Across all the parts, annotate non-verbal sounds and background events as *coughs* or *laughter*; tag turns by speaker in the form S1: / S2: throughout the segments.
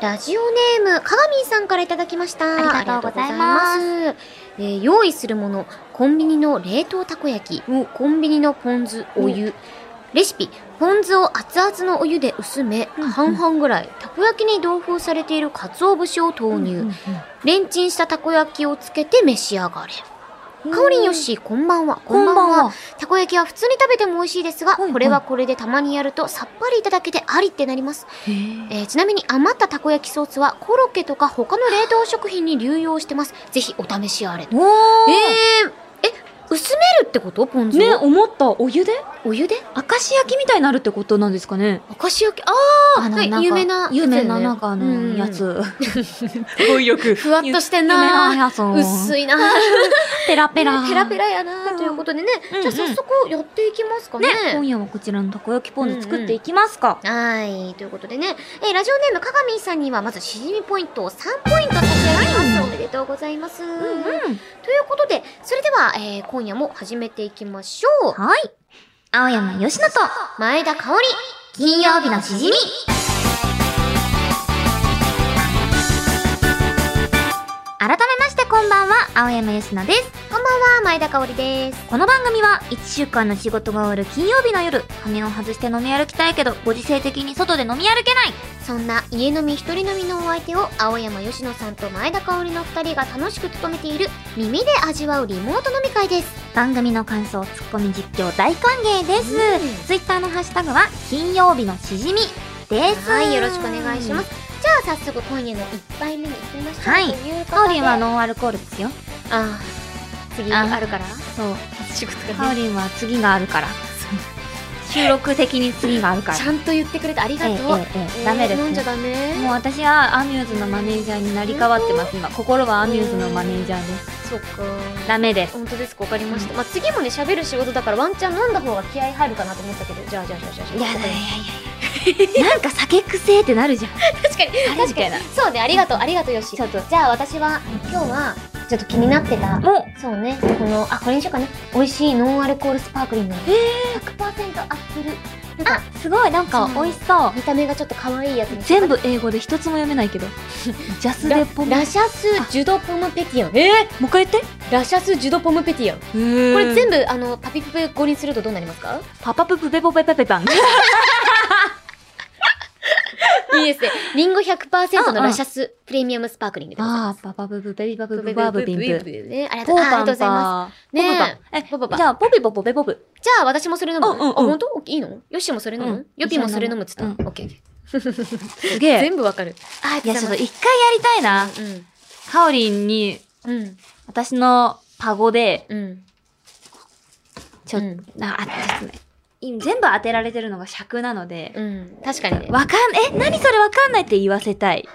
S1: ラジオネーム、かがみんさんからいただきました。
S2: ありがとうございます
S1: ありがとうございます。えー用意するもの、コンビニの冷凍たこ焼き、コンビニのポン酢、お湯。レシピ、ポン酢を熱々のお湯で薄め、
S2: うん
S1: 半々ぐらい、たこ焼きに同封されている鰹節を投入、レンチンしたたこ焼きをつけて召し上がれ。かおりんよっしー、こんばんは。
S2: こんばんは。
S1: たこ焼きは普通に食べても美味しいですが、
S2: はいはい
S1: これはこれでたまにやるとさっぱりいただけてありってなります。えーちなみに余ったたこ焼きソースはコロッケとか他の冷凍食品に流用してます。ぜひお試しあれ。え
S2: お
S1: ー、え、薄めるってことポン酢を。
S2: ね思ったお湯で
S1: お湯で
S2: 明石焼きみたいになるってことなんですかね
S1: 明石焼き、あ
S2: あの
S1: はい
S2: なんか
S1: 有名な
S2: 有名な
S1: やつだよね
S2: なんかあ
S1: うん
S2: のやつ語彙力
S1: ー、ふわっとしてん
S2: 有名な
S1: な
S2: やつ
S1: ー。薄
S2: い
S1: いなー。
S2: ペラ *laughs* ペラ
S1: ペラペラやなー。ということでね、
S2: うん
S1: じゃあ早速やっていきますか
S2: ね
S1: ね。
S2: 今夜はこちらのたこ焼きポン酢作っていきますか
S1: はい、ということでね、えーラジオネームかがみんさんにはまずしじみポイントを3ポイント差し上げます。おめでとうございます。ということで、それでは、えー今夜も始めていきましょう。
S2: はい青山よしのと
S1: 前田香織、金曜日のしじみ。
S2: 改めましてこんばんは青山よしのです
S1: こんばんは、前田香織です。
S2: この番組は1週間の仕事が終わる金曜日の夜羽目を外して飲み歩きたいけどご時世的に外で飲み歩けない
S1: そんな家飲み一人飲みのお相手を、青山吉野さんと前田香織の2人が楽しく務めている、耳で味わうリモート飲み会です。
S2: 番組の感想ツッコミ実況大歓迎です、
S1: うん
S2: ツイッターのハッシュタグは金曜日のしじみです
S1: はい、よろしくお願いします。じゃあ早速今夜の1杯目に行きましょう。
S2: はい
S1: ということ
S2: カオリ
S1: で
S2: ンはノンアルコールですよ
S1: あー次あ
S2: あー
S1: るから
S2: そう
S1: 仕事
S2: カオリンは次があるから収録的に次があるか
S1: *laughs*
S2: ら
S1: ちゃんと言ってくれてありが
S2: え
S1: とう、
S2: ええええ
S1: え
S2: え
S1: ー
S2: ダメです
S1: 飲んじゃ
S2: ね
S1: ダメ
S2: もう私はアミューズのマネージャーになり変わってます今心はアミューズのマネージャーです
S1: そっか
S2: ダメです
S1: 本当ですかわかりました、まあ次もね喋る仕事だからワンチャン飲んだ方が気合入るかなと思ったけどじゃあじゃあじゃあじゃあじゃあ
S2: いやだいやいやなんか酒癖ってなるじゃん
S1: 確かに確
S2: みた
S1: か
S2: いな
S1: にそうねありがとうありがとうよし
S2: ちょっと
S1: じゃあ私は今日はちょっと気になってた
S2: も
S1: そうねこのあこれにしようかね美味しいノンアルコールスパークリング
S2: え
S1: 100%アップル
S2: ー、すごいなんか美味しそう
S1: 見た目がちょっと可愛いやつに
S2: 全部英語で一つも読めないけどジャス
S1: ラ
S2: デポもう
S1: ラシャスジュドポムペティアンえ
S2: 一回言って
S1: ラシャスジュドポムペティアン
S2: こ
S1: これ
S2: れ
S1: 全部あのパピプペ語にするとどうなりますか
S2: パパププペポペペペパン
S1: いいですねリンゴ100%
S2: うんう
S1: の
S2: ん
S1: ラシャスプレミアムスパークリングでございます
S2: あーパパププペビパ
S1: ブ
S2: プ
S1: ブ
S2: プ
S1: ブ
S2: バー
S1: ブ
S2: ブ
S1: ブ
S2: ピン
S1: ブブ
S2: プ
S1: ブねありがとう
S2: ポー
S1: ありが
S2: パ
S1: とうご
S2: ン
S1: ざいます
S2: パー
S1: ねえ
S2: ポポパンえ
S1: ポポパ
S2: じゃあポピポポペポプ
S1: じゃあ私もそれ飲む
S2: うんうんうん
S1: あ本当いいのよしもそれ飲
S2: う
S1: む
S2: ん
S1: よぴもそれ飲むっつった
S2: うん
S1: オッケーオッケー
S2: すげえ
S1: 全部わかるあ
S2: いやちょっと
S1: い
S2: 一回やりたいなカオリンに
S1: うんうん
S2: 私のパゴで
S1: うん
S2: ちょっ
S1: うん
S2: とああちょっとね今全部当てられてるのが尺なので
S1: うん確かにね
S2: わかんえ何それわかんないって言わせたい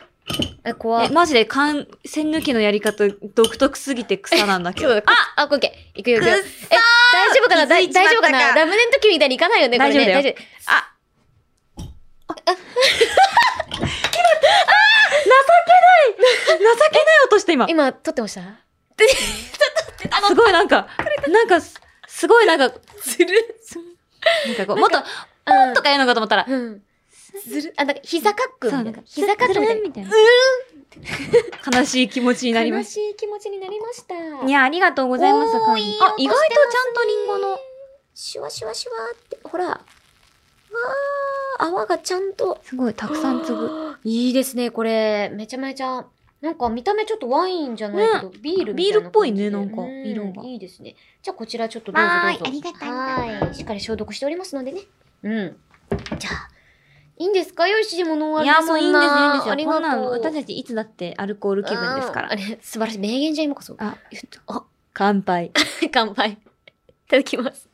S1: え怖
S2: え、マジで、かん、線抜きのやり方、独特すぎて草なんだけ
S1: そう
S2: ど。
S1: だああ、オッケー。いくよ、いくよ。
S2: く
S1: え
S2: っ、
S1: 大丈夫かなだい
S2: 気づ
S1: 大
S2: いち
S1: 丈
S2: ま
S1: 夫
S2: った
S1: かな
S2: か
S1: ラムネの時みたいにいかないよね、これね。
S2: 大丈夫だよ
S1: 夫
S2: あ、情けない情けない音して今。
S1: 今、撮ってました
S2: すごいなんか、なんか、すすごいなんか、
S1: ずる。
S2: なんかこう、もっと、
S1: うん。
S2: とか言うのかと思ったら、
S1: うん。ずる。あ、なんか、膝カックみたい
S2: な
S1: なん
S2: か。
S1: 膝カックみたい
S2: みたいな。悲しい気持ちになり
S1: な。
S2: ま
S1: 悲
S2: す。
S1: しい気持ちになりました。
S2: いや、ありがとうございます。
S1: おー
S2: かおりん
S1: いい音
S2: あ、意外とちゃんとリンゴの。
S1: シュワシュワシュワって、ほら。わー、泡がちゃんと。
S2: すごい、たくさん粒。ぶ。
S1: はあ。いいですね、これ。めちゃめちゃ。なんか見た目ちょっとワインじゃないけど、ビールみたいな感じで
S2: ビールっぽいねなんか
S1: う
S2: 色が
S1: いいですね。じゃあこちらちょっとどうぞ
S2: はーい
S1: どうぞ。
S2: ありがとうありがとう
S1: はい。しっかり消毒しておりますのでね。うん。じゃあ、いいんですかよし、もノンア
S2: い
S1: ル
S2: や、もういいんですよ、いいんです
S1: あ
S2: よ。
S1: りが
S2: ことん
S1: う。
S2: なの、私たちいつだってアルコール気分ですか
S1: あーあ
S2: ら。
S1: れ、素晴らしい。名言じゃん、今こそ。
S2: あ、ちょっと、乾杯。
S1: *laughs* 乾杯。いただきます。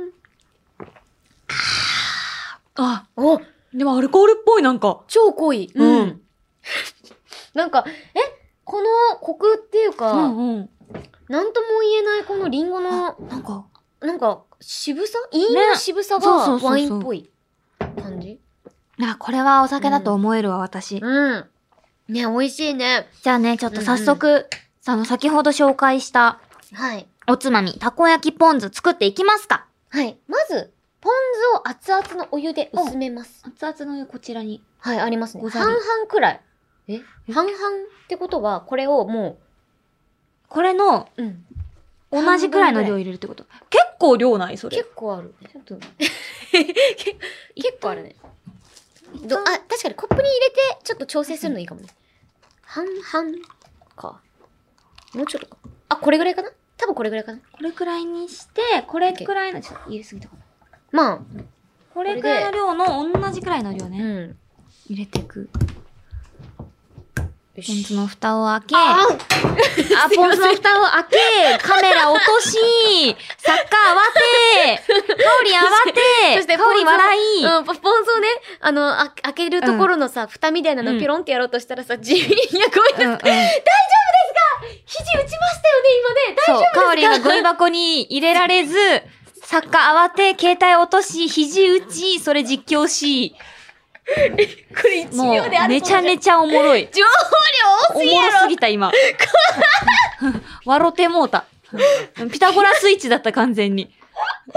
S1: うん。
S2: *laughs* あ、
S1: お
S2: でもアルコールっぽいなんか。
S1: 超濃い。
S2: うん。
S1: なんか、えこのコクっていうか、
S2: うんうん。
S1: なんとも言えないこのリンゴの、
S2: なんか、
S1: なんか、渋さいいねの渋さ
S2: そうそ
S1: が
S2: うそうそう
S1: ワインっぽい感じ
S2: あ、これはお酒だと思えるわ、私。
S1: うん。ね、美味しいね。
S2: じゃあね、ちょっと早速、あの、先ほど紹介した
S1: はい。
S2: おつまみ、たこ焼きポン酢作っていきますか。
S1: はい。まず、ポン酢を熱々のお湯で薄めます。
S2: 熱々の湯こちらに。
S1: はい、ありますね。
S2: ござ
S1: 半
S2: り
S1: 々くらい。
S2: え
S1: 半々ってことは、これをも
S2: これの
S1: う、うん。
S2: 同じくらいの量入れるってこと。結構量ないそれ。
S1: 結構ある。
S2: ちょっ
S1: *laughs*
S2: と。
S1: 結構あるね。どあ、確かにコップに入れて、ちょっと調整するのいいかもね。半々か。もうちょっとか。あ、これぐらいかな多分これぐらいかな。
S2: これくらいにして、これくらいの、ちょっと入れすぎたかな。
S1: まあ、
S2: こ
S1: れで
S2: れくらいの量の同じくらいの量
S1: う
S2: ね。
S1: ん。
S2: 入れていく。
S1: よ
S2: ポン酢
S1: し。
S2: の蓋を開け、
S1: あ
S2: あ、
S1: ー
S2: ポン酢の蓋を開け、カメラ落とし、サッカー慌て、香り
S1: そ
S2: 慌、
S1: してて
S2: 香り笑い。
S1: うん、ポン酢をね、あの、あ開けるところのさ、蓋みたいなのピロンってやろうとしたらさ、地味に、いや、ごめんなさい。
S2: うんうん
S1: 肘打ちましたよね、今ね。
S2: そう、カオリンがゴミ箱に入れられず、サッカー慌て、携帯落とし、肘打ち、それ実況し、
S1: これ
S2: も
S1: 1秒であ
S2: う、
S1: る
S2: めちゃ
S1: ち
S2: めちゃおもろい。
S1: 情
S2: お
S1: 報量多す
S2: もろ
S1: ぎやろ
S2: すぎた、 *laughs* 今。わろてもうた。ピタゴラスイッチだった、完全に。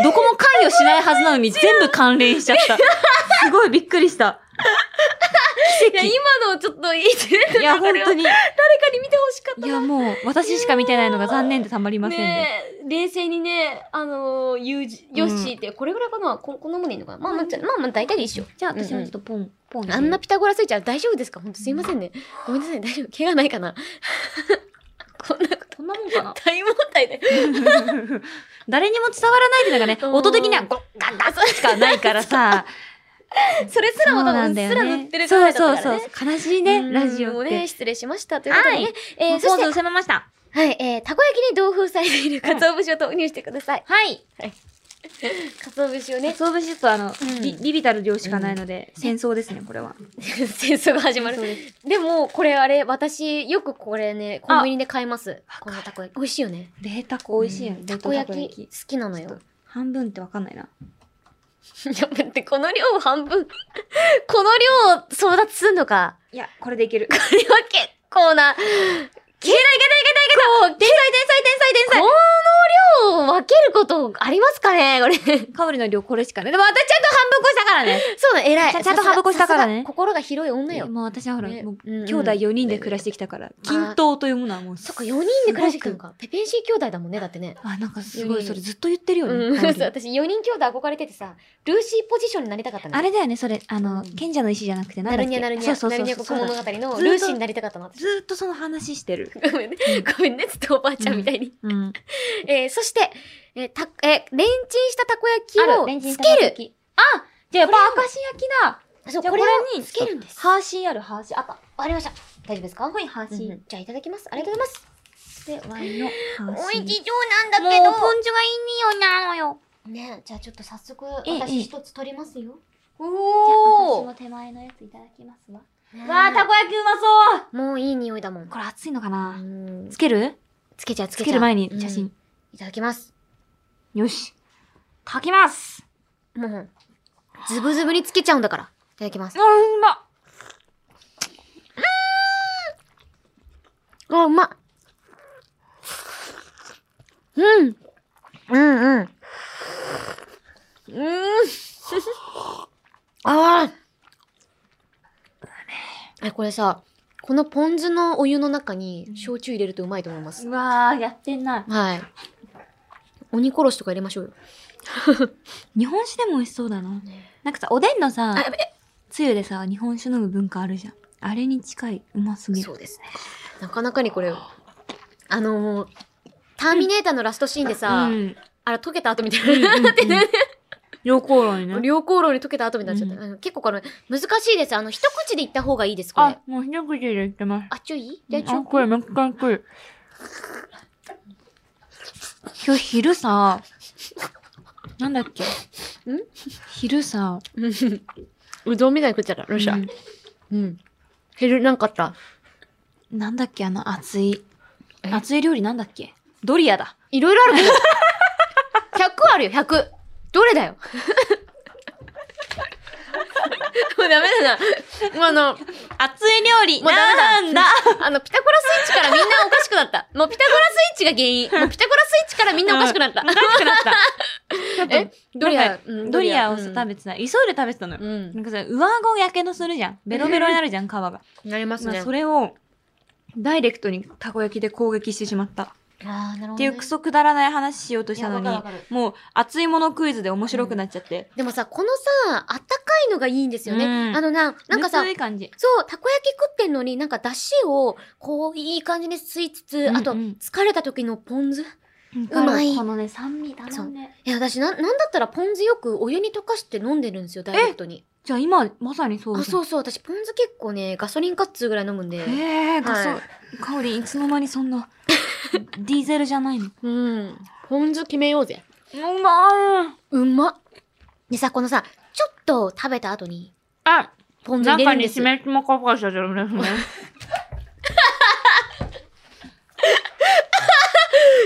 S2: どこも関与しないはずなの
S1: *laughs*
S2: に、全部関連しちゃった。すごいびっくりした。
S1: いや、今のちょっといいですね。
S2: いや、本当に。い
S1: 誰かに見てほしかった
S2: や、もう、私しか見てないのが残念でたまりませんね。
S1: ねえ冷静にね、あのー、ユージ、ヨッシーって、これぐらいかな、ここんなもんでいいのかなまあまあ、じゃあまあまあ、大体でいいっしょ。
S2: じゃあ、私もちょっとポン、ポンで。
S1: あんなピタゴラスイッチは大丈夫ですかほんとすいませんね。ごめんなさい、大丈夫。怪我ないかなこんなこと
S2: こんなもんかな。 *laughs*
S1: 大問題で。
S2: 誰にも伝わらないっていうのがね、
S1: うん
S2: 音的にはゴッガッガッしかないか
S1: *laughs*
S2: らさ。
S1: それすらも多分、うっすら塗ってるじゃないです
S2: そう
S1: か、
S2: そうそう
S1: ね。
S2: そう。悲しいね、
S1: うん
S2: ラジオ
S1: も
S2: っ
S1: う
S2: て
S1: ね、。失礼しました。ということでね。
S2: はい
S1: えー、そ
S2: そ
S1: して
S2: う、せめました。
S1: はい、えー、たこ焼きに同封されている鰹節を投入してください。 *laughs*
S2: はい。
S1: 鰹節
S2: *laughs*
S1: をね、
S2: 総武節とあの、
S1: ん
S2: ビビビたる量しかないので、戦争ですね、これは。
S1: 戦争が始まる。
S2: です。
S1: でも、これあれ、私、よくこれね、コンビニで買います。
S2: あ
S1: このたこ焼き。美味しいよね。
S2: 冷たこ美味しいよね
S1: う。ん
S2: 冷
S1: た
S2: 凍
S1: こ焼き好。きなのよ。
S2: ちょっと半分ってわかんないな。
S1: いや、待って、この量半分。 *laughs* この量を争奪すんのか。
S2: いや、これでいける。
S1: これは結構な。消えない、いけない、いけない、いけない天才、天才、天才、天才この量を分けることありますかねこれ。
S2: 香りの量これしかね。でも私ちゃんと半分こしたからね。
S1: そうだ、偉い。
S2: ちゃんちゃんと省こしたからね
S1: さすが心が広い女よ。
S2: もう私はほら、
S1: ね
S2: もう
S1: うんうん
S2: 兄弟4人で暮らしてきたから、均等というものはもう、
S1: そっか、4人で暮らしてきたのか。ペペンシー兄弟だもんね、だってね。
S2: あ、なんかすごい、それずっと言ってるよ
S1: う
S2: ね。
S1: ん、
S2: 香
S1: そう
S2: り
S1: 私4人兄弟憧れててさ、ルーシーポジションになりたかったの。
S2: あれだよね、それ、あ
S1: う
S2: の、
S1: ん
S2: 賢者の石じゃなくて、
S1: な
S2: な
S1: ん
S2: だ
S1: る
S2: っ
S1: に
S2: け
S1: ゃなるに
S2: そ
S1: ゃ、
S2: うそう
S1: な
S2: そ
S1: る
S2: う
S1: にゃ国
S2: そう
S1: 物
S2: だ。
S1: 語
S2: ず
S1: の
S2: っと
S1: ルーシーになりたかったの。私
S2: ずーっとその話してる。
S1: ごめんね、ごめんね、ちょっとおばあちゃんみたいに。
S2: うん。
S1: えーそして、えーた、えーレンチンしたたこ焼きをつける。
S2: る。あじゃあやっぱ明石焼きだ。
S1: そう、
S2: じゃあ
S1: これを
S2: これに
S1: つけるんです。
S2: ハーシーある、ハーシー。赤。
S1: わかりました。大丈夫ですか
S2: はい、ハーシ
S1: うんう
S2: ー。
S1: んじゃあいただきます。ありがとうござい
S2: で、ワインのハー
S1: ます。
S2: シー。
S1: そうなん
S2: もう、ポン酢がいい匂いなのよ。
S1: ね、じゃあちょっと早速、
S2: ええ
S1: 私一つ取りますよ。
S2: お
S1: じゃあ
S2: 手前のやついただきますわ。
S1: ね
S2: わあ、たこ焼きうまそう
S1: もういい匂いだもん。
S2: これ熱いのか
S1: う
S2: なんつける
S1: つけちゃう、つ
S2: つ
S1: けちゃう。
S2: ける前に写
S1: うん
S2: 真。
S1: いただきます。
S2: よし。書きます
S1: もう、ズブズブにつけちゃうんだから。いただきます。
S2: うん、うま
S1: あ、うまっ。うん。うんうん。 *laughs* うん。ああ。え、これさ、このポン酢のお湯の中に焼酎入れるとうまいと思います。
S2: うわー、やってんな。
S1: はい。鬼殺しとか入れましょうよ。
S2: 日本酒でも美味しそうだな。なんかさ、おでんのさ、
S1: あやべ
S2: つゆでさ、日本酒飲む文化あるじゃん。あれに近い、うますぎ
S1: そう
S2: る。
S1: ですね。なかなかにこれ、あのーターミネーターのラストシーンでさ、
S2: うん。
S1: あれ溶けた後みたい
S2: うん
S1: な。
S2: *laughs* うんうん両口論にね。
S1: 両口論に溶けた後になっちゃった。
S2: うん
S1: うん結構これ、難しいです。あの、一口で言った方がいいです、これ。
S2: あ、もう一口で言ってます。
S1: あ、ちょいじゃあち
S2: あ、
S1: ょ、
S2: これめっちゃくい。今日昼さ、なんだっけ
S1: ん
S2: 昼さ、
S1: うどんみたいに食っちゃった、ロ
S2: うん
S1: うん。昼なんかあった。
S2: なんだっけあの熱い、
S1: え
S2: 熱い料理なんだっけドリアだ。
S1: いろいろあるけど。100あるよ、100。どれだ *laughs* よ。 *laughs* もうダメだな。もうあの、
S2: 熱い料理。
S1: もうダメだ
S2: なんだ。
S1: あの、ピタゴラスイッチからみんなおかしくなった。 *laughs* もうピタゴラスイッチが原因。もうピタゴラスイッチからみんなおかしくなった。
S2: おかしくなった。ちょっ *laughs* と
S1: えドリ
S2: な
S1: ア
S2: んか、
S1: うん
S2: ドリアを
S1: う
S2: さ
S1: ん
S2: 食べてた。急いで食べてたのよ。
S1: うん
S2: な。んかさ、上顎やけどするじゃん。ベロベロになるじゃん、皮が。ま
S1: なりますね
S2: あそ。れを、ダイレクトにたこ焼きで攻撃してしまった。
S1: あーなるほどね
S2: っていうクソくだらない話しようとしたの
S1: いやわ
S2: に
S1: かるわか、
S2: もう熱いものクイズで面白くなっちゃって。
S1: でもさ、このさ、あったかいのがいいんですよね。
S2: うん
S1: あのな、なんかさ、
S2: 熱い感じ。
S1: そう、たこ焼き食ってんのに、なんか出汁を、こう、いい感じに吸いつつ、
S2: うんうん
S1: あと、疲れた時のポン酢。
S2: う
S1: うまい
S2: このね、酸味だ
S1: そ
S2: も
S1: うん
S2: ね。
S1: いや、私な、なんだったらポン酢よくお湯に溶かして飲んでるんですよ、ダイレクトに。
S2: じゃあ今、まさにそう。
S1: あ、そううそう、私ポン酢結構ね、ガソリンカッツぐらい飲むんで。
S2: ええ、ガソ
S1: はい、
S2: 香りいつの間にそ
S1: *laughs*
S2: んな、ディーゼルじゃないの。
S1: うん。ポン酢決めようぜ。
S2: うまい。
S1: うまっ。でさ、このさ、ちょっと食べた後に、
S2: あ、
S1: ポン酢入れるんですよ。
S2: めきもかかしちゃダメですね。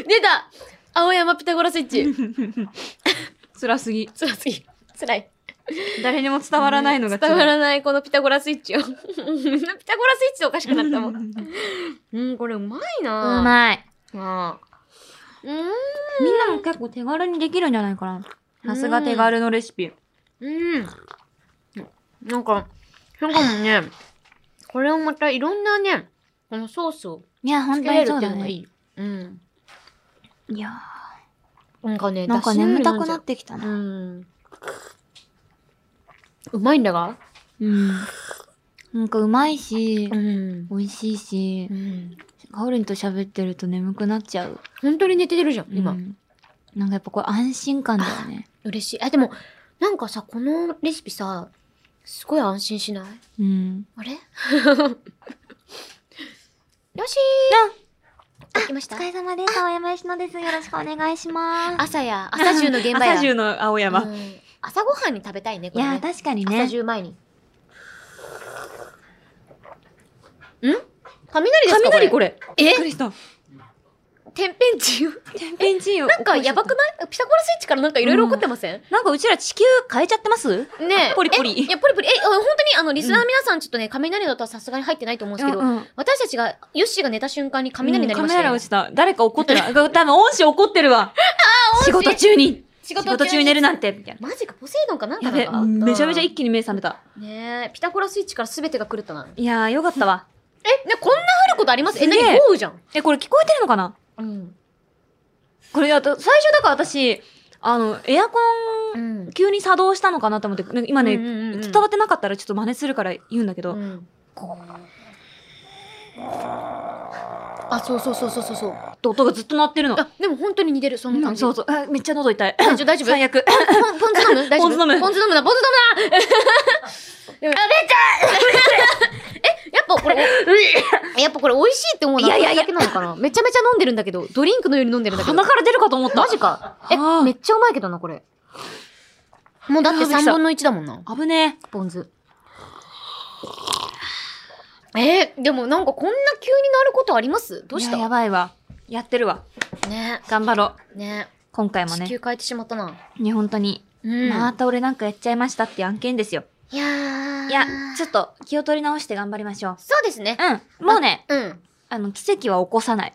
S1: 出た青山ピタゴラスイッチ。
S2: *laughs* 辛すぎ。
S1: 辛すぎる。辛い。
S2: 誰にも伝わらないのが
S1: 伝わ
S2: 辛い。
S1: らない、このピタゴラスイッ
S2: *laughs*
S1: チを。みんなピタゴラスイッチでおかしくなったもん。うん、これうまいな
S2: うまい。
S1: ああうん。
S2: みんなも結構手軽にできるんじゃないかな。さすが手軽のレシピ。
S1: うん。なんか、なんかもね、これをまたいろんなね、このソースを
S2: いや、
S1: つ
S2: 本
S1: け
S2: 当
S1: れ
S2: に
S1: る
S2: そ
S1: っ
S2: う
S1: ていう
S2: だ
S1: のが
S2: ね。
S1: い
S2: い
S1: い。うん。
S2: や
S1: なんかね、。
S2: ーなんか眠たくなっててきた
S1: う
S2: な。
S1: ん。うまいんだが
S2: うん。なんかうまいし、
S1: ん。
S2: 美味しいし
S1: う、ん。
S2: カオリンと喋ってると眠くなっちゃう。
S1: 本当に寝てるじゃん、今。
S2: うんなんかやっぱこれ安心感だよ *laughs* ね。
S1: 嬉しい。あ、でも、なんかさ、このレシピさ、すごい安心しない
S2: うん。
S1: あれよしーできました
S2: れ様です。青山石野です。よろしくお願いしま。
S1: 朝や、朝中の現場や。
S2: *laughs* 朝中の青
S1: う
S2: 山。
S1: ん朝ごはんに食べたいね、こ
S2: い
S1: れ、
S2: や
S1: ね
S2: ー、。確かに
S1: 朝
S2: ね。
S1: 中前に。ん雷ですか
S2: 雷これ。
S1: え
S2: びっくりした。
S1: 天変地異
S2: 天変地異を。
S1: なんかやばくないピタゴラスイッチからなんかいろいろ起こってません、
S2: なんかうちら地球変えちゃってます
S1: ねえ。
S2: ポリポリ
S1: えいや、ポリポリ。え、あ本当に、あの、リスナーの皆さん、ちょっとね、雷の音はさすがに入ってないと思うんですけど、
S2: うんうん
S1: 私たちが、ヨッシーが寝た瞬間に雷になりました
S2: カメ
S1: よ、
S2: ラ落ちた。誰か怒ってる。 *laughs* あ多分恩師怒ってるわ。仕事中に。
S1: 仕
S2: 仕事中に寝るなんて。みたいな。
S1: マジか、ポセイドンかなんか
S2: や
S1: な
S2: べ
S1: んかあ
S2: え、
S1: った
S2: めちゃめちゃ一気に目覚めた。
S1: ねえ、ピタゴラスイッチから全てが狂ったな。
S2: いやー、よかったわ。
S1: え、ね、こんな降ることありますえ、
S2: すげえ
S1: 何豪雨じゃん。
S2: え、これ聞こえてるのかな
S1: うん。
S2: これ、あと、最初だから私、あの、エアコ
S1: う
S2: ン、
S1: ん。
S2: 急に作動したのかなと思って、なんか今ね、
S1: うんうんうんうん
S2: 伝わってなかったらちょっと真似するから言うんだけど、
S1: あ、そうそうそうそうそうそう。あ、
S2: 音がずっと鳴ってるの。
S1: でも本当に似てる、その
S2: う
S1: 感
S2: ん
S1: じ。
S2: そうそう。あめっちゃ喉痛い。
S1: *coughs* 大丈夫大丈夫
S2: 最悪。
S1: ポンポン酢飲む大丈夫
S2: ポン酢飲む
S1: ポン酢飲むな、ポン酢飲むなあ、出ちゃうえ、やっぱこれ、やっぱこれ美味しいって思うのはい
S2: やいやいや
S1: 私だけなのかなめちゃめちゃ飲んでるんだけど、ドリンクのように飲んでるんだけど。
S2: 鼻から出るかと思った。
S1: マジか。え、
S2: はあ
S1: めっちゃうまいけどな、これ。もうだって
S2: あびっくりし
S1: 3
S2: た
S1: 分の1だもんな。
S2: 危ねえ。
S1: ポン酢。えーでもなんかこんな急になることありますどうし
S2: いやや
S1: た
S2: ばいわ。やってるわ。
S1: ね
S2: 頑張ろう。
S1: ね
S2: 今回も
S1: 地
S2: ね。
S1: 球変えてしまったな。
S2: ね、本当に。
S1: うん。
S2: また俺なんかやっちゃいましたっていう案件ですよ。
S1: いやー。
S2: いや、ちょっと気を取り直して頑張りましょう。
S1: そうですね。
S2: うん。もうね、
S1: うん。
S2: あの、奇跡は起こさない。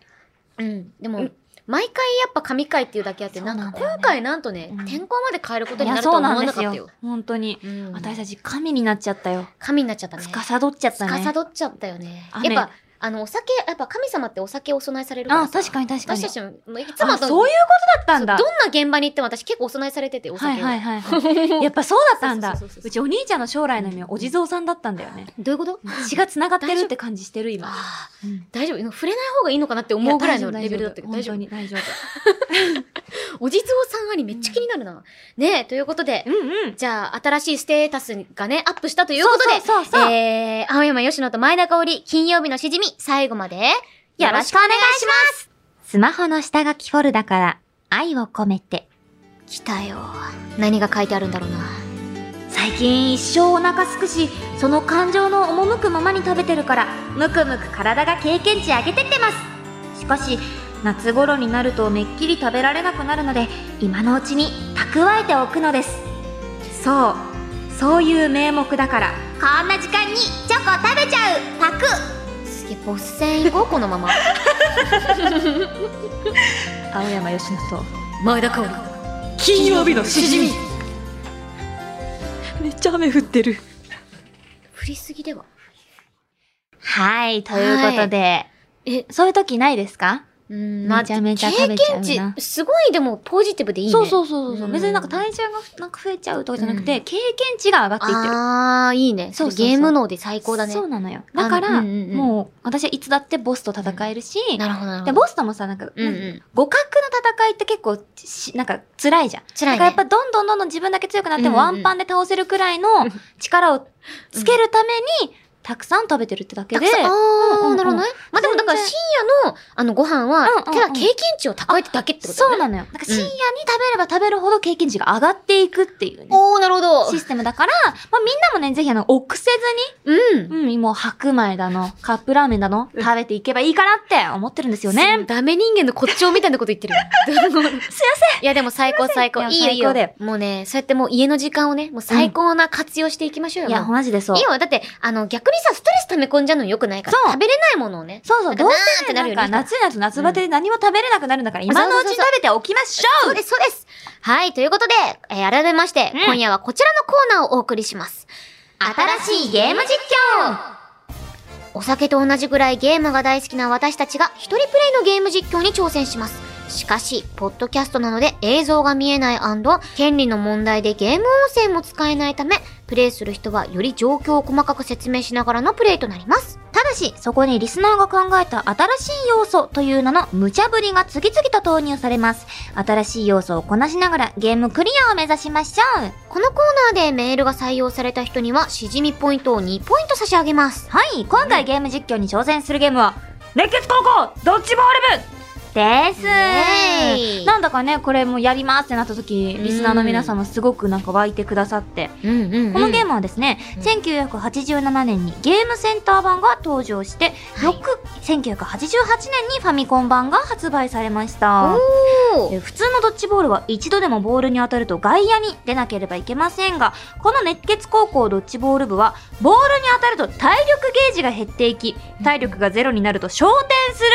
S1: うん。でも、
S2: うん
S1: 毎回やっぱ神回っていうだけあって、
S2: そう
S1: な
S2: なんだよ
S1: ん
S2: ね
S1: か今回なんとね、
S2: うん
S1: 天候まで変えること
S2: い
S1: にな
S2: や、
S1: るとは
S2: そ
S1: 思
S2: うな
S1: わ
S2: ん
S1: な
S2: で
S1: か
S2: す
S1: ったよ
S2: よ。。本当に。
S1: うん
S2: 私たち神になっちゃったよ。
S1: 神になっちゃったね。
S2: 司どっちゃったね。
S1: 司っちゃったよね。
S2: 雨
S1: やっぱ、あの、お酒、やっぱ神様ってお酒をお供えされるから
S2: あ、
S1: さ
S2: 確かに確かに。
S1: 私たちも、もういつも
S2: あ
S1: と
S2: そういうことだったんだ
S1: ど。んな現場に行っても私結構お供えされてて、お
S2: はい
S1: 酒を。
S2: はいは
S1: *laughs*
S2: いはい。やっぱそうだったん
S1: そ
S2: だ。
S1: うそうそうそう
S2: うちお兄ちゃんの将来の夢はお地蔵さんだったんだよね。
S1: どういうこと
S2: 血が繋がってるって感じしてる今。
S1: あー
S2: うん
S1: 大丈夫。触れない方がいいのかなって思うぐらいのレベルだったけど、大
S2: 大
S1: 丈
S2: 丈
S1: 夫
S2: 夫。本。当に大丈夫。
S1: お地蔵さんありめっちゃ気になるな。ねえ、ということで、
S2: うんうん。
S1: じゃあ、新しいステータスがね、アップしたということで、
S2: そうそうそうそう
S1: えー、青山吉野と前田香織、金曜日のしじみ、最後まで、よろしくお願いします
S2: スマホの下書きフォルダから愛を込めて。
S1: 来たよ。何が書いてあるんだろうな。
S2: 最近一生お腹すくし、その感情の赴くままに食べてるから、むくむく体が経験値上げてってます。しかし、夏頃になるとめっきり食べられなくなるので、今のうちに蓄えておくのです。そう、そういう名目だから、
S1: こんな時間にチョコ食べちゃうおっせん行こうこのまま
S2: 青山佳乃と
S1: *laughs* 前田香織
S2: 金
S1: 曜日のしじみ
S2: *laughs* めっちゃ雨降ってる
S1: 振りすぎでは
S2: はいということで、
S1: え
S2: そういう時ないですか
S1: うん
S2: めちゃめちゃ食べちゃうな
S1: 経験値すごいでもポジティブでいいね
S2: そうそうそうそう、
S1: うん
S2: 別になんか体重がなんか増えちゃうとかじゃなくて、
S1: うん
S2: 経験値が上がっていってる
S1: ああいいね
S2: そうそうそう
S1: ゲーム脳で最高だね
S2: そうなのよだか
S1: あの
S2: ら、
S1: うんうんうん
S2: もう私はいつだってボスと戦えるし、
S1: なるほどなるほ
S2: で
S1: ど
S2: ボスともさなんか、
S1: うんうん
S2: 互角の戦いって結構しなんか辛いじゃん、
S1: 辛
S2: だ
S1: い
S2: からやっぱ
S1: ね
S2: どんどんどんどん自分だけ強くなっても
S1: うんうん
S2: ワンパンで倒せるくらいの力をつけるためにたくさん食べてるってだけ
S1: た
S2: で
S1: くさんあ
S2: うんうんう
S1: ー
S2: ん
S1: なるほどねまあでもだから
S2: 全然
S1: 深夜のあのご飯
S2: うんう
S1: は
S2: んうん
S1: ただ経験値を高えてだけってこと
S2: そう
S1: だね
S2: なのよなんか深夜に食べれば食べるほど経験値が上がっていくっていうね
S1: おーなるほど
S2: システムだから、まあ、みんなもね、ぜひあの、臆せ
S1: うん
S2: ずに、うん、もう白米だの、カップラーメンだの、食べていけばいいかなって思ってるんですよ
S1: そう
S2: ね。
S1: ダメ人間の骨頂みたいなこと言ってる。すいません。いやでも最高最高。
S2: いや
S1: いいよいいよ
S2: 最高だよ。
S1: もうね、そうやってもう家の時間をね、もう最高な活用していきましょうよ。
S2: いや、
S1: もう
S2: マジでそう
S1: いい。よ。だって、あの、逆にさ、ストレス溜め込んじゃうのよくないから。
S2: そう
S1: 食べれないものをね。
S2: そうそう、
S1: な
S2: ど
S1: ん
S2: う
S1: か
S2: せね、
S1: な
S2: な
S1: ーってなる
S2: ん
S1: よ
S2: か
S1: ね
S2: 夏になると夏バテで何も食べれなくなるんだから、今のうちに食べておきましょ
S1: そううです、そうです。はい。ということで、えー改めまして、
S2: うん
S1: 今夜はこちらのコーナーをお送りします。新しいゲーム実況お酒と同じぐらいゲームが大好きな私たちが一人プレイのゲーム実況に挑戦します。しかし、ポッドキャストなので映像が見えない権利の問題でゲーム音声も使えないため、プレイする人はより状況を細かく説明しながらのプレイとなります。
S2: ただし、そこにリスナーが考えた新しい要素という名の無茶ぶりが次々と投入されます。新しい要素をこなしながらゲームクリアを目指しましょう。
S1: このコーナーでメールが採用された人には、しじみポイントを2ポイント差し上げます。
S2: はい、今回ゲーム実況に挑戦するゲームは、熱血高校ドッジボール部で
S1: イ
S2: す、
S1: エーイ
S2: なんだかね、これもやりますってなった時、
S1: うん
S2: リスナーの皆さんもすごくなんか湧いてくださって、
S1: うんうんうん
S2: このゲームはですね、
S1: うん
S2: 1987年にゲームセンター版が登場して、
S1: はい
S2: 翌1988年にファミコン版が発売されました。
S1: おー
S2: え普通のドッジボールは一度でもボールに当たると外野に出なければいけませんがこの熱血高校ドッジボール部はボールに当たると体力ゲージが減っていき体力がゼロになると昇天する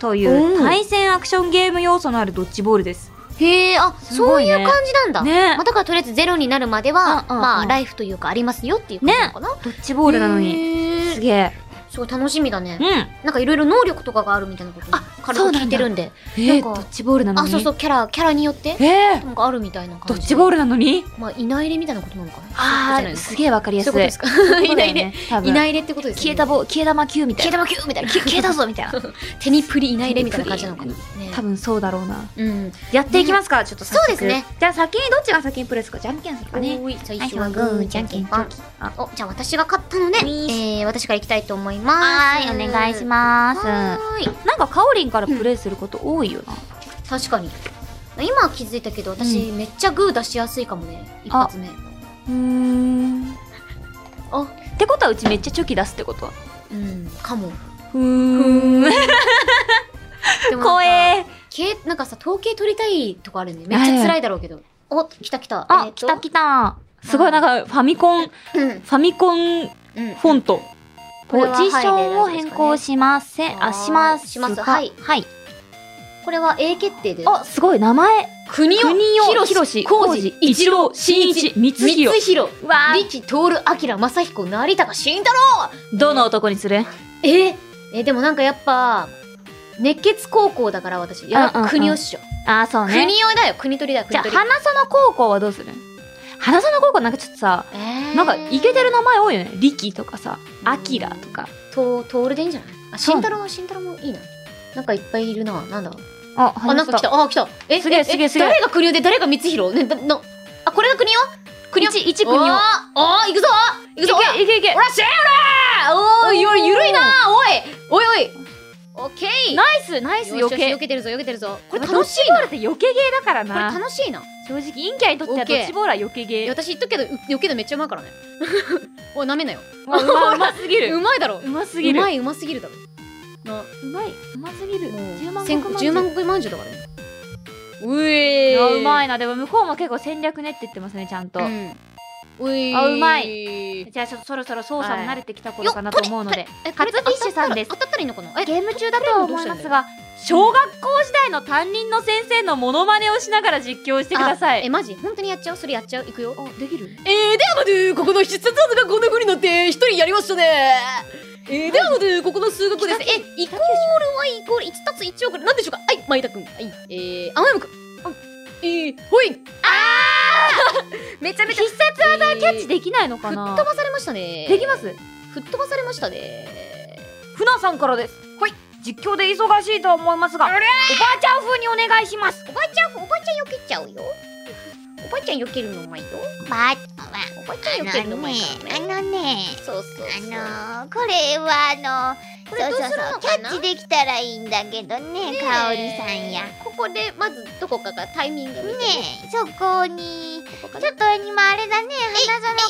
S2: とい
S1: お
S2: う
S1: ー
S2: 対戦アクションゲーム要素のあるドッジボールです。
S1: へえ、あ、
S2: す
S1: そ
S2: ご
S1: う
S2: い
S1: い
S2: ね
S1: う感じなんだ。
S2: ね
S1: まあ、だからとりあえずゼロになるまでは、
S2: うんうんうん
S1: まあ、ライフというかありますよっていうことなのかな。
S2: ドッジボールなのに
S1: へ
S2: す
S1: ー
S2: げえ。
S1: すごい楽しみだね
S2: うん。。
S1: なんかいろいろ能力とかがあるみたいなこと
S2: あ
S1: 軽く聞いてるんで。
S2: えー、
S1: な
S2: ド
S1: んか
S2: ッジボールなの
S1: あ、
S2: に
S1: そうそう、キャラ、キャラによって、
S2: えー、
S1: なんかあるみたいな感じ
S2: ド
S1: で。
S2: ッジボー
S1: ル
S2: ルなのに
S1: まあ、いないれみたいなことなのかな
S2: あ
S1: そういうこ
S2: ー
S1: とじ
S2: すげえわかりやす
S1: ゃ
S2: *laughs* い。
S1: ないですかそういうことですかいないれ。
S2: 多分
S1: いないれってことです
S2: 消
S1: よね
S2: えた棒消え玉球みたい
S1: 消え
S2: な。
S1: たまきゅーみたいな。
S2: 消えたぞみたい *laughs* な。
S1: 手にプリいないれみたいな感じなのかな。ね
S2: 多分そうだろうな。
S1: うん。
S2: やっていきますか、ちょっと早速
S1: そうですね
S2: じゃあ先にどっちが先にプレイするかじゃんけんするかね
S1: おーい最初はグー、じゃんけんぽん。
S2: あ
S1: お、じゃあ私が勝ったので、
S2: ウィー
S1: えー、私から行きたいと思います。
S2: はーいお願いします
S1: はーい。
S2: なんかかおりんからプレイすること多いよな、
S1: 確かに。今は気づいたけど、私、めっちゃグー出しやすいかもね。一発目。
S2: うん
S1: あ
S2: ってことはうちめっちゃチョキ出すってことは
S1: うん、か *laughs* も。
S2: ふーん
S1: でもなんか
S2: 怖え
S1: けなんかさ、統計取りたいとこあるね。めっちゃ辛いだろうけど。お、来た来た。
S2: あ、
S1: えー
S2: き
S1: と
S2: たきたすごいなんかファミコンフ
S1: うん。
S2: ァミコンフ
S1: うん。
S2: ォント
S1: これ
S2: ポ
S1: は
S2: ジションを変更しません、
S1: はい
S2: あします
S1: します
S2: か
S1: はい
S2: はい
S1: これは A 決定で。
S2: あすごい名前
S1: 国
S2: 国を広志浩二一郎新一光弘
S1: 光弘。
S2: うわー
S1: 力、徹、明、正彦、成高、慎太郎
S2: どの男にする
S1: えーえーでもなんかやっぱ熱血高校だから私やっ
S2: うんうんう
S1: ぱ
S2: ん
S1: 国吉っしょ、
S2: あーそうね
S1: 国をだよ国取りだよ
S2: じゃ
S1: 国
S2: あ
S1: 取
S2: 花
S1: り
S2: 園高校はどうする花園高校なんかちょっとさ
S1: えー
S2: なんかイケてる名前多いよね力とかさアキラとか
S1: と徹でいいんじゃないあ
S2: そう
S1: 慎太郎は慎太郎もいいななんかいっぱいいるななんだ
S2: あ
S1: あなんか来たあ来たえ
S2: すげえ
S1: え
S2: すげえ
S1: え
S2: すげえ
S1: 誰が国をで誰が光弘ねだなあこれが国を国を
S2: 一一国を
S1: おーおー行くぞ行くぞ
S2: いけいけ
S1: おらっしゃいおらおーゆるゆるいなおいおいおいオッケー
S2: ナイスナイス
S1: よしよ
S2: 余
S1: し
S2: 計
S1: 避けてるぞ避けてるぞこ
S2: こ
S1: れ楽しい
S2: ド
S1: な
S2: ッジボールって余計ゲーだから
S1: これ
S2: な
S1: 楽しいな
S2: 正直陰キャにとっては
S1: オッケ
S2: ド
S1: ー
S2: ッジボールは余計
S1: いや
S2: ゲー
S1: 私言っとくけどう避けためっちゃうまい *laughs* からねおいなめなよ
S2: うわ
S1: *laughs*
S2: うまうますぎ
S1: う
S2: る
S1: まいだろ
S2: うますぎ
S1: う
S2: る
S1: ま
S2: い
S1: いうますぎるだろな
S2: うまいうますぎる10万
S1: 千
S2: 石
S1: 十
S2: まん
S1: 万石まんじゅうだからねう
S2: じゅう
S1: え
S2: あうま
S1: い
S2: いなでも向こうも結構戦略ねって言ってますねちゃんと
S1: うん
S3: うい
S2: あうま
S3: い
S2: じゃあちょっとそろそろ操作も慣れてきた
S1: よ
S2: 頃かなと思うので、
S1: え
S2: カツフィッシュさんです
S1: 当たったらいいのかなえ
S2: ゲーム中だとは思いますが小学校時代の担任の先生のモノマネをしながら実況してくださ
S1: あえ
S2: い
S1: マジ本当にやっちゃうそれやっちゃういくよ
S2: できる
S3: えー、ではまずここの必殺技がこんな風になって一人やりましたねえー、ではまずここの数学ですねえイコールはイコール1たつ1億なんでしょうかはい前田君はいえー、青山君えー、ほい
S1: *laughs* めちゃめちゃ
S2: 必殺
S3: 技はキ
S2: タッチできないのか
S1: 吹っ
S2: な
S1: 飛ばされましたね
S2: できます
S1: 吹っ飛ばされましたね
S2: ふなさんからですはい実況で忙しいとは思いますがおばあちゃん風にお願いします
S1: おばあちゃんおばあちゃん避けちゃうよおばあちゃん避けるのうまいよ
S4: ばあち
S1: おばあちゃ
S4: ゃ
S1: ん
S4: ん
S1: 避
S4: は
S1: け
S4: あ
S1: るの
S4: の
S1: うまい
S4: ね
S1: から
S4: あ
S1: ね
S4: のね
S1: そうそうそう
S4: あのー、これはあの
S1: これ
S4: そ
S1: どう
S4: うそう
S1: する
S4: そ
S1: の
S4: うキ
S1: か
S4: ャ
S1: な
S4: ッチできたらいいんだけどね
S1: ねえ
S4: かおりさんやね
S1: ここでまずどこかがタイミング見てね
S4: えそこに
S1: ここか
S4: ち
S1: な
S4: ょっと今あれだね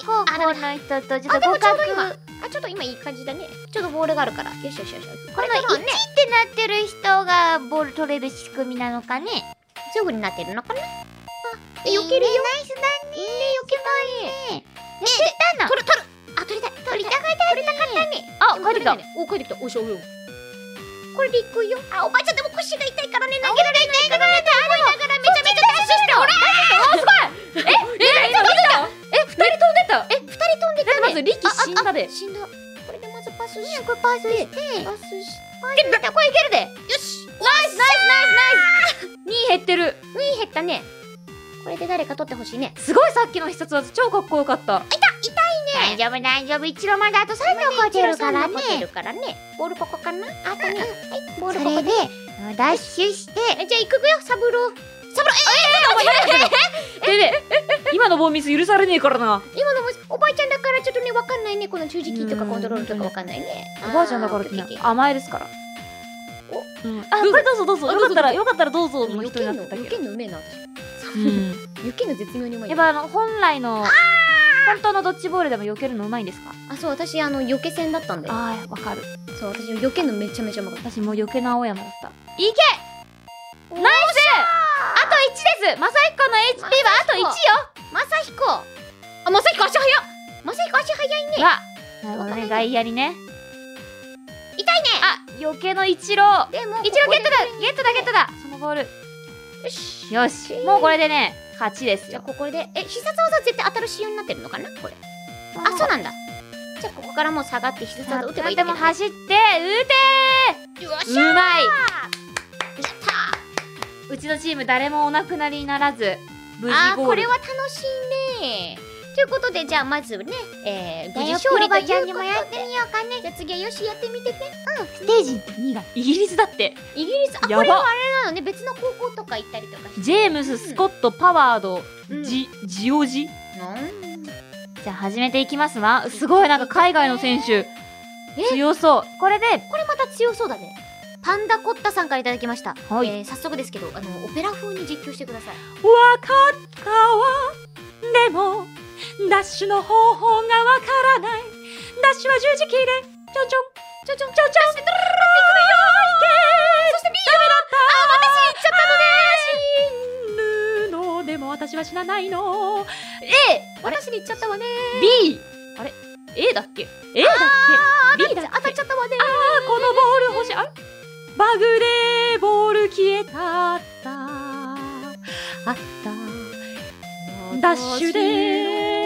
S4: 花
S1: えあ
S4: 園高校の人とちょっ
S1: あで
S4: と
S1: も
S4: 互
S1: ちょうど今
S4: 角
S1: あちょっと今いい感じだねちょっとボールがあるからよしよしよしよし
S4: こ
S1: こ
S4: の
S1: れ
S4: 1
S1: が
S4: っ
S1: いいね
S4: てなってる人がボール取れる仕組みなのかね
S1: 強くになってるのかなあ避
S4: いいね
S1: けるよ
S4: ナイスだね
S1: いいね避けない
S4: ねえ
S1: 取る取るあ取りたい取りたい取りたかったね
S2: あ
S1: でも
S2: 帰ってきた
S1: 取れないねお帰ってきたおいしょおいしょこれでいくよあおばあちゃんでも腰が痛いからね投げられないからね投げながらめちゃめちゃダッシュしてほら *laughs*
S2: え今見たえ二人飛んでた
S1: え二人飛んでたね
S2: まず力死んだで
S1: 死んだこれでまずパスして、
S4: これパスして
S1: パスして
S2: たこれいける
S1: よ
S2: で
S1: し
S2: 2減ってる
S1: いい減ったねこれで誰か取ってほしいね
S2: すごいさっきの必殺技超かっこよかった
S4: 大丈夫大丈夫一郎まであと3
S1: 今
S4: 秒勝てるから
S1: ね
S4: ね
S1: 勝てるからねボールここかなあとねはいボー
S4: そ
S1: ルここ
S4: れ
S1: で
S4: でダッシュして
S1: えじゃあ行くよサブロー
S2: でね今のボーミス許されねえからな
S1: 今のもおばあちゃんだからちょっとねわかんないねこの十字キーとか
S2: うん
S1: コントロールとかわかんないね
S2: おばあちゃんだからって
S1: ね
S2: ね甘えですからうんあこれどうぞどうぞ
S1: あ
S2: よかったら
S1: ど
S2: よかったらどうぞの
S1: 避
S2: 人に
S1: け
S2: なんっ
S1: の
S2: てた
S1: 避
S2: け
S1: け
S2: ど
S1: んのうめえな私
S2: うん
S1: 避けんの絶妙にうまいよ
S2: やっぱあの本来の本当のドッジボールでも避けるのうまいんですか
S1: あそう私あの避け戦だったんだよ
S2: ああわかる
S1: そう私避けんのめちゃめちゃうまかった
S2: 私もう避けな青山だったいけナイスあと1ですマサヒコの HP はあと1よ
S1: まさひこあまさひこ足早っまさひこ足早いね
S2: わなるほどね外野にね
S1: 痛いね
S2: あ避けの一郎
S1: でも
S2: 一郎ゲットだ
S1: ここ
S2: ゲットだゲットだそのボール
S1: でよし
S2: よしもうこれでね勝ちです
S1: じゃあ
S2: よ
S1: ここでえ必殺技絶対当たる仕様になってるのかなこれあそうなんだじゃあここからもう下がって必殺技打てばいい
S2: で
S1: だけ
S2: も
S1: だね
S2: 走って
S1: よっ
S2: 打て
S1: しゃやっ
S2: うまい
S1: た
S2: うちのチーム誰もお亡くなりにならず無事
S1: あー
S2: ゴー
S1: こ
S2: ル
S1: れは楽しいねということでじゃあまずね、えー、無
S4: だ
S1: 事
S4: よ
S1: 勝利ということで
S4: ピロバちゃんにもやって
S1: みようかねじゃあ次はよしやってみてね
S4: ステージ2が
S2: イギリスだって
S1: イギリスあこれ
S2: やば
S1: はあれなのね別の高校とか行ったりとかして
S2: ジェームス、スコット、パワード、
S1: うん
S2: ジ、ジオジ
S1: うん
S2: じゃあ始めていきますわ。すごいなんか海外の選手、強そう。これで、
S1: これまた強そうだねパンダコッタさんからいただきました、
S2: はい
S1: えー早速ですけどあのオペラ風に実況してください
S2: わかったわ。でも、ダッシュの方法がわからない。ダッシュは十字キーで、ちょんちょん、ちょんちょん、ちょんちょん、ってくよいけそして B ダメだったあ、私死んじゃったのね死ぬの、でも私は死なないの。A!
S1: 私に行っちゃったわね
S2: B! あれ ?A だっけ ?A だっけ ?B だっけ
S1: 当たっちゃったわね
S2: あーこのボール欲しいあれバグでボール消えたったあったダッシュでえ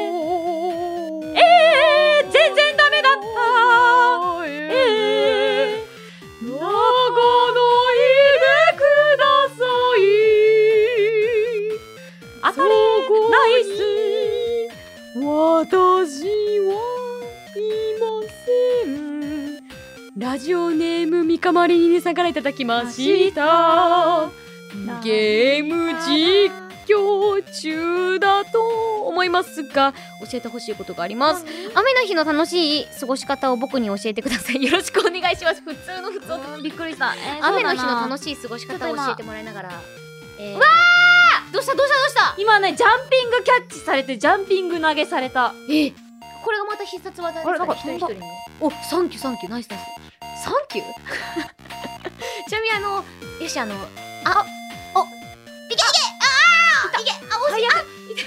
S2: ー、全然ダメだったえー長野いでください当たりナイス私はいません
S3: ラジオネームミカマリーネさんからいただきましたゲーム実況中だと思いますが教えてほしいことがあります雨の日の楽しい過ごし方を僕に教えてくださいよろしくお願いします普通の普通の
S2: びっくりした、えー
S1: 雨の日
S2: そうだ
S1: の
S2: な
S1: 楽しい過ごし
S2: ちょ
S1: 方
S2: っ
S1: を
S2: と今
S1: 教えてもらいながら、えー、わーどうしたどうしたどうした
S2: 今ねジャンピングキャッチされてジャンピング投げされた
S1: えこれがまた必殺技です
S2: あれなんか
S1: 一人一人のおサンキューサンキューナイスナイスサンキュー *laughs* ちなみにあのよしあのあおいけいけあーいけあおしあ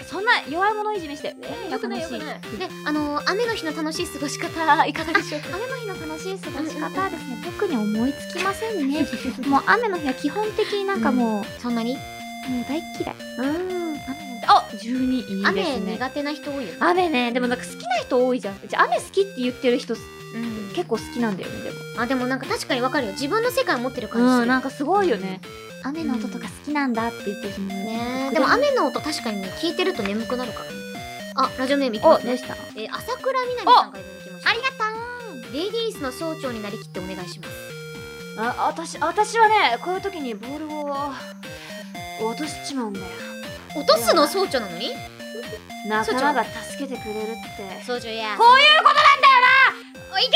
S2: そんな弱者いじめして、
S3: よくないよくない
S1: ね、あのー雨の日の楽しい過ごし方いかがでしょうか
S2: 雨の日の楽しい過ごし方はですね、特に思いつきません *laughs* ね。もう雨の日は基本的になんかもう、
S1: そんなに
S2: もう大嫌い。
S1: うん
S2: 雨なんて、あ12いいですね。
S1: 雨苦手な人多いよね
S2: 雨ね、でもなんか好きな人多いじゃん。うち雨好きって言ってる人
S1: うん
S2: 結構好きなんだよね、でも。
S1: あでもなんか確かにわかるよ自分の世界を持ってる感じす
S2: う
S1: る
S2: ん、なんかすごいよね。雨の音とか好きなんだって言ってる人もいる
S1: ねでも雨の音確かにね聞いてると眠くなるからねあラジオネームいき
S2: お、
S1: ます
S2: どう
S1: ね
S2: した
S1: えー朝倉みなみさんからいただきました
S2: ありがと
S1: レディースの象徴になりきってお願いします
S2: うあ、私、私はね、こういう時にボールを落としちまうんだよ。
S1: 落とすの象徴なのに
S2: 仲間が助けてくれるって。
S1: 象徴や
S2: こういうことなんだよなおいけ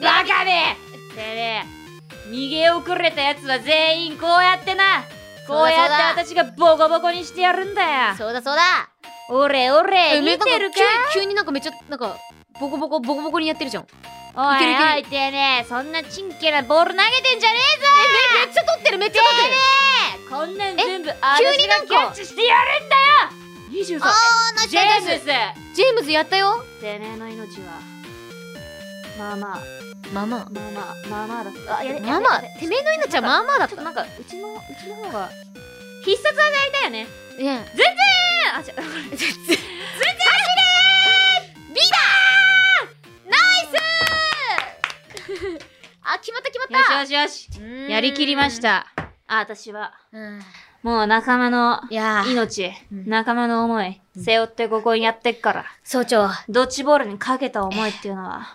S2: バカめてれ逃げ遅れたやつは全員こうやってなこうやって私がボコボコにしてやるんだよ
S1: そうだそうだ
S2: オレオレ見てるか
S3: 急急になんかめっちゃなんかボコボコボコボコにやってるじゃん
S2: お
S3: い
S2: い
S3: けるいける
S2: おいてねそんなチンケなボール投げてんじゃね
S3: めっちゃ取ってるめっちゃ取ってる
S2: えこんなん
S1: え
S2: 全部私
S1: 急に
S2: が
S1: なんか
S2: キャッチしてやるんだよ
S1: ナイ
S2: 23
S1: ス
S2: ジェームス
S3: ジェームズやったよ
S2: てめえの命はまあまあ
S1: まあま
S2: まあまあまあまあだったあ
S1: あ
S2: やれ
S1: まあまあ
S2: やれやれ
S1: てめえの命はまあまあだっ
S2: ちょったとなんかうちのうちの方が必殺技やりたいよね
S1: ね
S2: あ違う
S1: あ決まった決ま
S2: よし
S1: っ
S2: よしよしたやりきりましたあ私は
S1: うん
S2: もう仲間の
S1: いやー
S2: 命、
S1: うん
S2: 仲間の思い、背負ってここにやってっから、
S1: 総長あ
S2: ドッジボールにかけた思いっていうのは、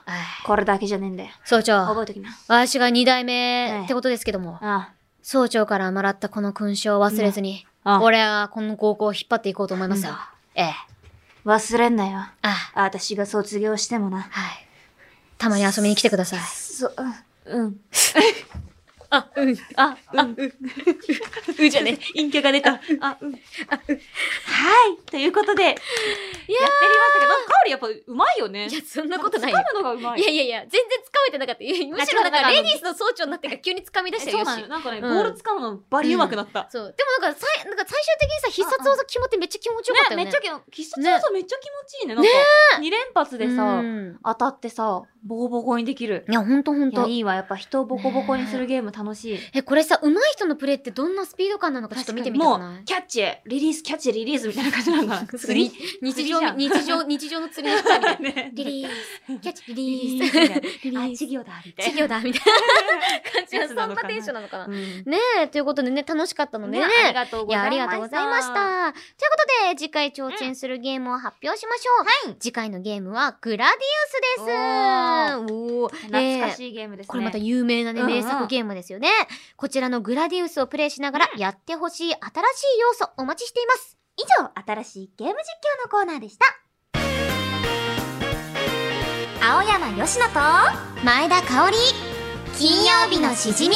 S1: ー
S2: これだけじゃねえんだよ。
S1: 総長
S2: 覚えときな。
S1: 私が二代
S2: は
S1: 目
S2: い
S1: ってことですけども
S2: あ
S1: 総長からもらったこの勲章を忘れずに
S2: あ、ああ
S1: 俺はこの高校を引っ張っていこうと思いますよ
S2: うん
S1: ええ
S2: 忘れんなよ。
S1: あ
S2: 私が卒業しても
S1: は
S2: な。
S1: いたまに遊びに来てください
S2: そ、うんうん。
S3: あうん
S2: あ、うん。
S3: うんじゃ
S1: *laughs*
S3: ね
S2: 陰キャが出た。あ、うん。はい。ということで、やってみましたけど、カオリやっぱうまいよね。
S3: いやそんなことないよ
S2: 掴むのがうま
S3: い
S2: い。
S3: やいやいや全然掴めてなかったいやむしろなん
S2: あ
S3: か
S2: 違うなんかあの
S3: レディースの総長になってから急に掴み出した
S2: え
S3: よ
S2: そう
S3: よし
S2: なのよ。なんかね、
S3: う
S2: ボ
S3: ん
S2: ール掴むのバリうまくなった。
S1: そうでもなんかさいなんか最終的にさ必殺技決まってめっちゃ気持ちよかったよね
S2: めっちゃけど、必殺
S1: ね
S2: 技めっちゃ気持ちいいね。なんか、2連発でさ、
S1: うん
S2: 当たってさ、ボコボコにできる。
S1: いやほんとほん
S2: いや、
S1: と
S2: いいわ。やっぱ人をボコボコにするゲーム楽しい。
S1: えこれさ上手い人のプレーってどんなスピード感なのかちょっと見てみた
S2: も
S1: く
S2: う
S1: ない、。
S2: キャッチ、リリース、キャッチ、リリースみたいな感じなんか *laughs*
S1: 釣り日常
S2: 釣り
S1: 日
S2: じゃん
S1: 常日常の釣りの人みたいな
S2: ね
S1: リリースキャッチリ
S2: リ
S1: リ
S2: リ
S1: ー
S2: ー
S1: ス
S2: スみたいな。
S1: リリ
S2: あ、
S1: ース
S2: 授業だ、みたい
S1: 授業
S2: な。
S1: だみたいな感じ
S2: や
S1: の
S2: つ
S1: そ
S2: なの
S1: ん
S2: か
S1: な
S2: な
S1: テンションなのかな、
S2: うん
S1: ねえということでね楽しかったのでね
S2: ねありがとう
S1: い
S2: ござい
S1: やあ
S2: ました。
S1: りがとうございました。ということで次回挑戦するゲームを発表しましょう、次回のゲームはグラディウスですおー
S2: 懐かしいゲームですね。
S1: これまた有名なね、
S2: うんうん
S1: 名作ゲームですよね。こちらのグラディウスをプレイしながらやってほしい新しい要素お待ちしています。
S2: 以上、新しいゲーム実況のコーナーでした。
S4: 青山よしのと
S1: 前田香織
S4: 金曜日のしじみ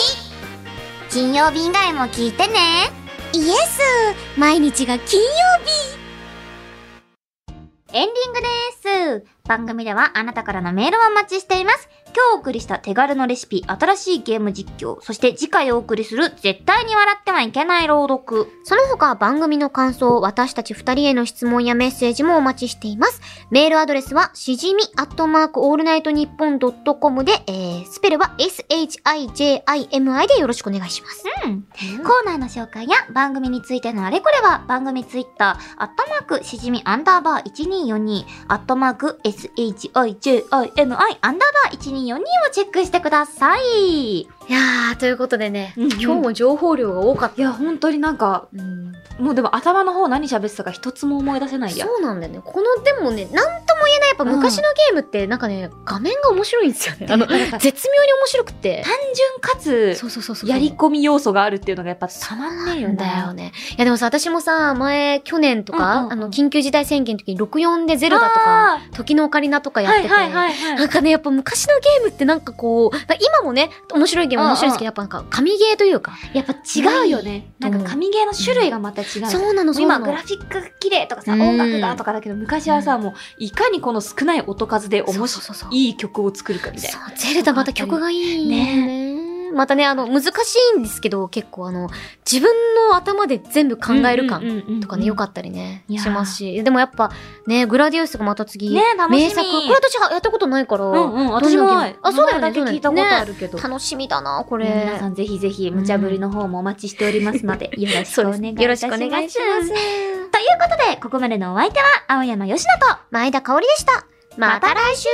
S4: 金曜日以外も聞いてね
S1: イエス毎日が金曜
S4: エンディングです。番組ではあなたからのメールをお待ちしています。今日お送りした手軽のレシピ、新しいゲーム実況、そして次回お送りする絶対に笑ってはいけない朗読。
S1: その他番組の感想、私たち二人への質問やメッセージもお待ちしています。メールアドレスは、しじみアットマークオールナイトニッポンドットコムで、えー、スペルは SHIJIMI でよろしくお願いします。
S4: コーナーの紹介や番組についてのあれこれは番組ツイッター、アットマークしじみアンダーバー1242、アットマーク SHIJIMI アンダーバー1242をチェックしてください。
S1: いやー、ということでね、
S2: うんうん
S1: 今日も情報量が多かっ
S2: いや、本当になんか、
S1: た。うん
S2: もうでも頭の方何喋ってたか一つも思い出せないや。
S1: そうなんだよね。この、でもね、なんとも言えない、やっぱ昔のゲームって、なんかね、画面が面白いんですよね。あの、
S2: なん
S1: *laughs*
S2: か
S1: 絶妙に面白くて。
S2: 単純かつ
S1: そうそうそうそう。
S2: やり込み要素があるっていうのがやっぱたまんね
S1: な
S2: えよ
S1: ん
S2: ね。
S1: だよね。いやでもさ、私もさ、前、去年とか、
S2: うんうんうん
S1: あの、緊急事態宣言の時に64でゼ
S2: ゼロ
S1: ロだとか、
S2: と
S1: 時のオカリナとかやってて。
S2: はいはいはいは。
S1: ないんかね、やっぱ昔のゲームってなんかこう、今もね、面白いゲームは面白いですけど、やっぱなんか神ゲーというか。
S2: やっぱ違うよね。
S1: う
S2: なんんか神ゲーの種類がまた違う。
S1: そうなの、そうな
S2: 今
S1: の。
S2: グラフィックが綺麗とかさ、
S1: うん
S2: 音楽がとかだけど昔はさ、もういかにこの少ない音数で
S1: そ
S2: 面
S1: うそう
S2: 白
S1: そうそう
S2: いいい曲を作るかみたい
S1: そ
S2: な。
S1: う、ゼルダまた曲がいいよね。
S2: ね
S1: またね、あの、難しいんですけど、結構あの、自分の頭で全部考える感とかね、良
S3: かっ
S1: かったりね、
S2: いやー
S1: しますし。でもやっぱ、ね、グラディウスがまた次、
S2: ねえ楽しみ
S1: 名作。これ私はやったことないから。
S2: うんうん、私も
S1: どんな
S2: な
S1: ゲー
S2: い
S1: ム。あ、そうだよね。
S2: 名前だけ聞いた
S1: そう
S2: こ
S1: だよ
S2: と
S1: ね
S2: あるけど。
S1: 楽しみだな、これ。
S2: 皆さんぜひぜひ、無茶ぶりの方もお待ちしておりますので、よろしくお願いいたします。
S1: よろしくお願いします。
S2: ということで、ここまでのお相手は、青山よしなと、
S1: 前田香織でした。また来週